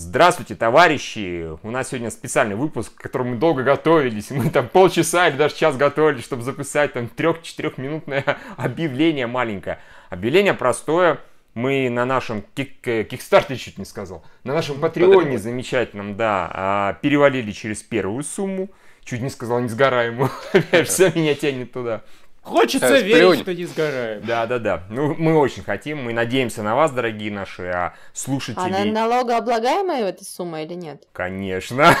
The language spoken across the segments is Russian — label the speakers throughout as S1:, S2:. S1: Здравствуйте, товарищи! У нас сегодня специальный выпуск, к которому мы долго готовились. Мы там полчаса или даже час готовились, чтобы записать там трех-четырехминутное объявление маленькое. Объявление простое. Мы на нашем кик- э, кикстарте чуть не сказал. На нашем патреоне
S2: патреоне.
S1: замечательном, да, а, перевалили через первую сумму. Чуть не сказал несгораемую. Опять Все меня тянет туда.
S2: Да,
S3: Хочется
S2: с
S3: верить,
S2: приони.
S3: что не сгораем.
S1: Да, да, да. Ну, мы очень хотим. Мы надеемся на вас, дорогие наши а, слушатели.
S4: Она налогооблагаемая эта сумма или нет?
S1: Конечно.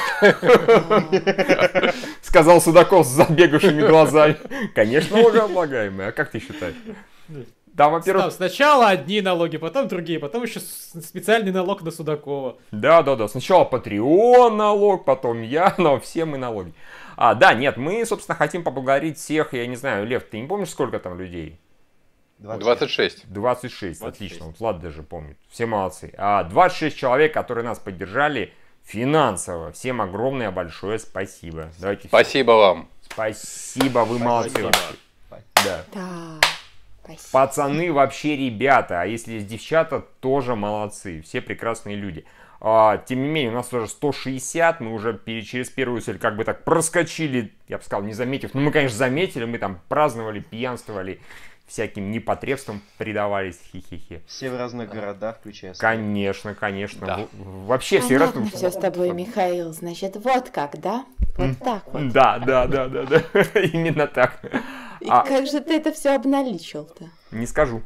S1: Сказал Судаков с забегавшими глазами. Конечно, налогооблагаемые. А как ты считаешь? Да, во-первых,
S3: Став, сначала одни налоги, потом другие, потом еще с- специальный налог на Судакова.
S1: да, да, да. Сначала Patreon налог, потом я, но все мы налоги. А, да, нет, мы, собственно, хотим поблагодарить всех, я не знаю, Лев, ты не помнишь, сколько там людей?
S2: 26.
S1: 26,
S3: 26.
S1: отлично, вот Влад даже помнит. Все молодцы. А 26 человек, которые нас поддержали финансово. Всем огромное большое спасибо. Давайте всем
S2: Спасибо вам.
S1: спасибо, вы молодцы.
S2: Спасибо.
S1: вообще. Да.
S4: Да. Спасибо.
S1: Пацаны вообще ребята, а если есть девчата, тоже молодцы, все прекрасные люди. А, тем не менее, у нас уже 160, мы уже пере- через первую цель как бы так проскочили, я бы сказал, не заметив. Ну, мы, конечно, заметили, мы там праздновали, пьянствовали, всяким непотребством предавались, хи-хи-хи.
S5: Все в разных городах, включая свой.
S1: Конечно, конечно.
S2: Да.
S1: В- Вообще все
S4: Понятно
S1: раз-
S4: все А с тобой, Михаил. Значит, вот как, да? Вот так вот.
S1: Да, да, да, да, да. Именно так.
S4: И
S1: А.
S4: как же ты это все обналичил-то?
S1: Не скажу.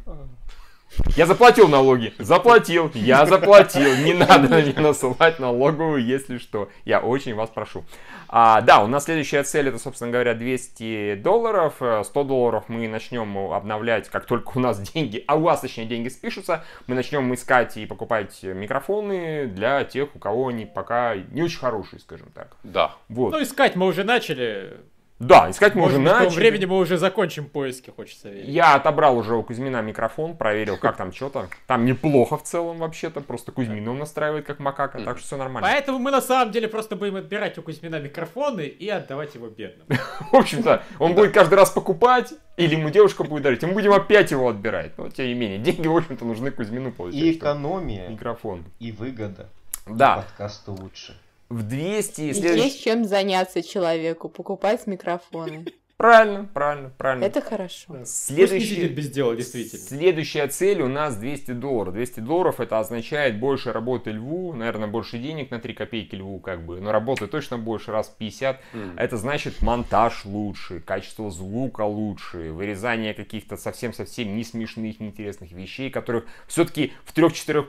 S1: Я заплатил налоги. Заплатил. Я заплатил. Не надо на меня насылать налоговую, если что. Я очень вас прошу. А, да, у нас следующая цель, это, собственно говоря, 200 долларов. Э, 100 долларов мы начнем обновлять, как только у нас деньги, а у вас, точнее, деньги спишутся. Мы начнем искать и покупать микрофоны для тех, у кого они пока не очень хорошие, скажем так.
S2: Да.
S1: Вот.
S3: Ну, искать мы уже начали.
S1: Да, искать мы уже
S3: Может быть, к тому
S1: начали.
S3: времени мы уже закончим поиски, хочется верить.
S1: Я отобрал уже у Кузьмина микрофон, проверил, как там что-то. Там неплохо в целом вообще-то, просто Кузьмином настраивает как макака, так что все нормально.
S3: Поэтому мы на самом деле просто будем отбирать у Кузьмина микрофоны и отдавать его бедным.
S1: В общем-то, он будет каждый раз покупать, или ему девушка будет дарить, и мы будем опять его отбирать. Но тем не менее, деньги, в общем-то, нужны Кузьмину,
S5: И
S1: получается. что
S5: экономия,
S1: Микрофон.
S5: и выгода.
S1: Да,
S5: Подкасту лучше.
S1: в 200
S4: И
S1: следующий...
S4: Есть чем заняться человеку, покупать микрофоны.
S1: Правильно, правильно, правильно.
S4: Это хорошо.
S3: Пусть не
S1: Следующий...
S3: сидит без дела, действительно.
S1: Следующая цель у нас 200 долларов. 200 долларов это означает больше работы льву, наверное, больше денег на 3 копейки льву, как бы, но работы точно больше, раз 50. Это значит монтаж лучше, качество звука лучше, вырезание каких-то совсем-совсем не смешных, неинтересных вещей, которых все-таки в 3-4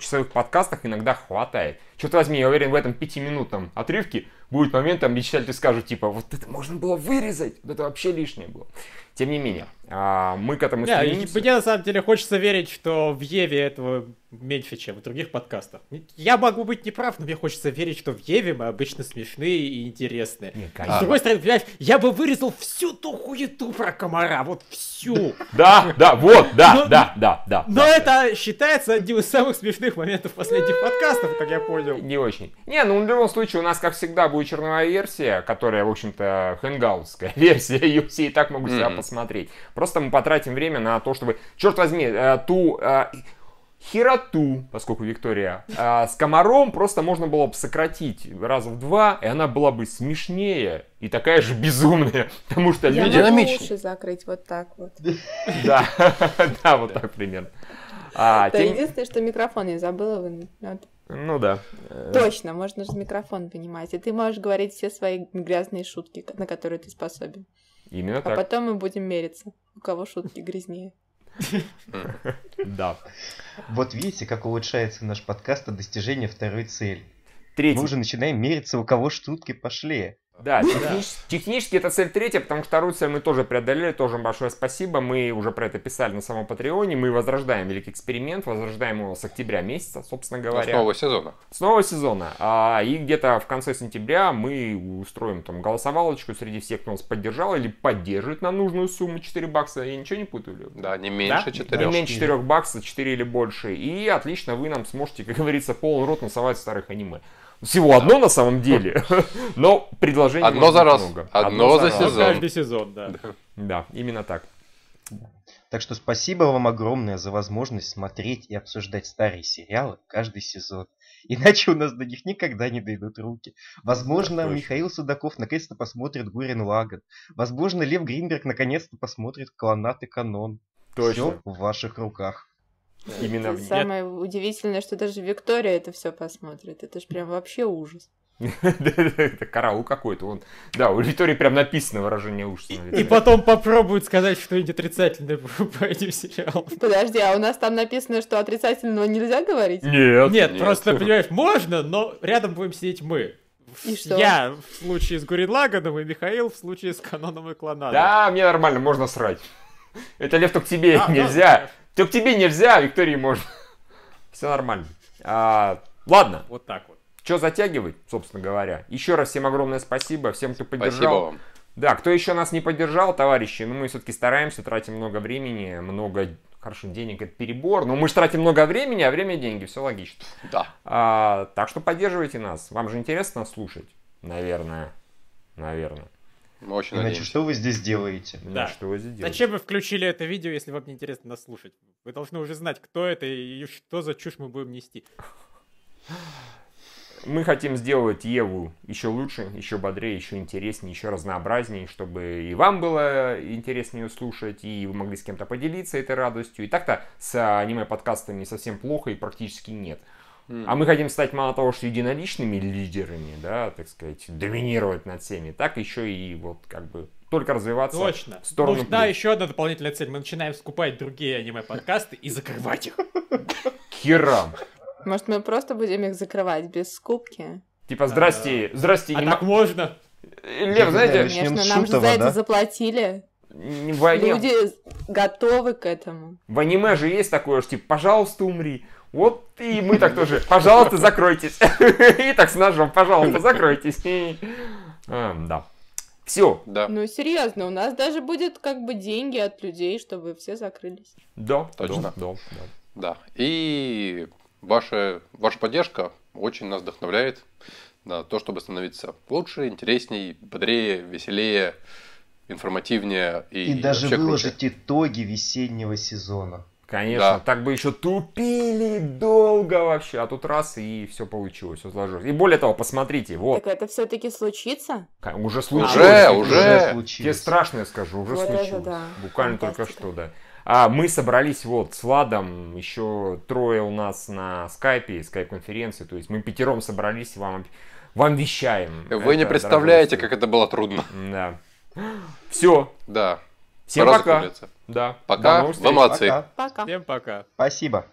S1: часовых подкастах иногда хватает. Черт возьми, я уверен, в этом пятиминутном отрывке будет момент, там, где читатели скажут, типа, вот это можно было вырезать, вот это вообще лишнее было. Тем не менее, а, мы к этому
S3: Да, и
S1: стремимся.
S3: мне на самом деле хочется верить, что в Еве этого меньше, чем в других подкастах. Я могу быть неправ, но мне хочется верить, что в Еве мы обычно смешные и интересные.
S1: Не,
S3: С
S1: конечно.
S3: другой стороны, понимаешь, я бы вырезал всю ту хуету про комара, вот всю.
S1: Да, да, вот, да,
S3: Но-
S1: да, да, да.
S3: Но
S1: да.
S3: это считается одним из самых смешных моментов последних подкастов, как я понял.
S1: Не очень. Не, ну в любом случае у нас, как всегда, будет черновая версия, которая, в общем-то, хэнгаутская версия. Ее все и так могут себя
S2: Мгм.
S1: посмотреть. Просто мы потратим время на то, чтобы, черт возьми, э, ту э, хероту, поскольку Виктория, э, с комаром просто можно было бы сократить раза в два, и она была бы смешнее и такая же безумная, потому что
S4: Я
S1: люди...
S2: видел.
S4: могу
S2: Динамичнее.
S4: уши закрыть вот так вот.
S1: Да, да, вот так примерно. А,
S4: Да,
S1: тем-
S4: единственное, что микрофон я забыла вынуть. Ну,
S1: Ну да. Э,
S4: Точно, можно же микрофон понимать. И ты можешь говорить все свои грязные шутки, к- на которые ты способен.
S1: Именно
S4: А
S1: так.
S4: потом мы будем мериться, у кого шутки грязнее.
S1: Да.
S5: Вот видите, как улучшается наш подкаст от достижения второй цели. Мы
S1: Третий
S5: уже начинаем мериться, у кого шутки пошли.
S1: Да, технич- технически это цель третья, потому что вторую цель мы тоже преодолели, тоже большое спасибо. Мы уже про это писали на самом Патреоне. Мы возрождаем великий эксперимент, возрождаем его с октября месяца, собственно
S2: С
S1: говоря.
S2: нового сезона.
S1: С нового сезона. А, и где-то в конце сентября мы устроим там голосовалочку среди всех, кто нас поддержал или поддержит на нужную сумму 4 бакса. Я ничего не путаю, Лев?
S2: Да, не
S1: Да?
S2: меньше
S1: Не
S2: 4.
S1: меньше 4 баксов, 4 или больше. И отлично, вы нам сможете, как говорится, полный рот насовать старых аниме. Всего одно на самом деле, но предложений
S2: Одно
S1: может
S2: за
S1: быть
S2: раз.
S1: много.
S2: Одно за сезон.
S3: Каждый сезон, да.
S1: Да, именно так.
S5: Так что спасибо вам огромное за возможность смотреть и обсуждать старые сериалы каждый сезон. Иначе у нас до них никогда не дойдут руки. Возможно,
S1: Точно.
S5: Михаил Судаков наконец-то посмотрит Гурин Лаган. Возможно, Лев Гринберг наконец-то посмотрит Клонат и Канон. Все
S1: Точно.
S5: в ваших руках.
S1: Именно
S4: Это
S1: в ней.
S4: Самое удивительное, что даже Виктория это все посмотрит. Это же прям вообще ужас.
S1: Это караул какой-то. Он, да, у Виктории прям написано выражение ужаса. на лице.
S3: И потом попробуют сказать что-нибудь отрицательное по по этим сериалам.
S4: Подожди, а у нас там написано, что отрицательного нельзя говорить?
S1: Нет.
S3: Нет,
S2: нет.
S3: просто, понимаешь, можно, но рядом будем сидеть мы.
S4: И что?
S3: Я в случае с Гуринлаганом и Михаил в случае с Каноном и Клонадом.
S1: Да, мне нормально, можно срать. Это Лев только тебе
S3: А, да,
S1: нельзя. Только тебе нельзя, а Виктории можно. Все нормально. А, ладно,
S3: Вот так вот.
S1: что затягивать, собственно говоря. Еще раз всем огромное спасибо, всем, кто поддержал.
S2: Спасибо вам.
S1: Да, кто еще нас не поддержал, товарищи, ну мы все-таки стараемся, тратим много времени, много, хорошо, денег это перебор, но мы же тратим много времени, а время деньги, все логично.
S2: Да.
S1: А, так что поддерживайте нас, вам же интересно нас слушать, наверное, наверное.
S2: Мы очень
S5: Иначе
S2: надеемся.
S5: что вы здесь делаете?
S3: Да.
S1: Что вы здесь делаете?
S3: Зачем вы включили это видео, если вам не интересно нас слушать? Вы должны уже знать, кто это и что за чушь мы будем нести.
S1: Мы хотим сделать Еву еще лучше, еще бодрее, еще интереснее, еще разнообразнее, чтобы и вам было интереснее слушать, и вы могли с кем-то поделиться этой радостью. И так-то с а, аниме-подкастами совсем плохо и практически нет.
S2: М.
S1: А мы хотим стать мало того, что единоличными лидерами, да, так сказать, доминировать над всеми, так еще и вот как бы только развиваться.
S3: Точно.
S1: в сторону
S3: Нужна
S1: плюс.
S3: еще одна дополнительная цель. Мы начинаем скупать другие аниме-подкасты и закрывать их.
S1: К Херам.
S4: Может, мы просто будем их закрывать без скупки?
S1: Типа, здрасте, здрасте,
S3: А
S1: не
S3: так
S1: мо-
S3: можно.
S1: Лев, знаете,
S5: Начнем
S4: Конечно,
S5: с
S4: нам же
S5: Шутова,
S4: за это
S5: да?
S4: заплатили.
S1: не- в аниме,
S4: Люди готовы к этому.
S1: в аниме же есть такое, что типа, пожалуйста, умри. Вот и мы так тоже, пожалуйста, закройтесь. И так с ножом, пожалуйста, закройтесь. Эм, Да. Все,
S2: Да.
S4: Ну, серьезно, у нас даже будет как бы деньги от людей, чтобы все закрылись.
S1: да,
S2: Точно.
S1: да, да, да.
S2: Да. И ваша, ваша поддержка очень нас вдохновляет на то, чтобы становиться лучше, интересней, бодрее, веселее, информативнее и,
S5: И даже
S2: вообще круче.
S5: выложить итоги весеннего сезона.
S1: Конечно,
S2: Да.
S1: так бы еще тупили долго вообще, а тут раз и все получилось, все сложилось. И более того, посмотрите, вот,
S4: Так это все-таки случится?
S1: ка- уже случилось.
S2: Уже,
S1: Тебе
S2: уже.
S1: Тебе
S5: случилось.
S1: страшно, я скажу, уже
S4: Вот это
S1: случилось.
S4: да.
S1: Буквально
S4: Фантастика.
S1: только что, да. А мы собрались вот с Владом, еще трое у нас на скайпе, скайп-конференции, то есть мы пятером собрались и вам, вам вещаем.
S2: Вы не представляете, как это было трудно.
S1: Да. Все,
S2: Да.
S1: всем
S2: пора
S1: пока.
S2: закругляться.
S1: Да. До
S2: Пока.
S1: новых
S2: Вы
S1: встреч.
S2: молодцы.
S5: Пока.
S4: Пока.
S3: Всем пока.
S5: Спасибо.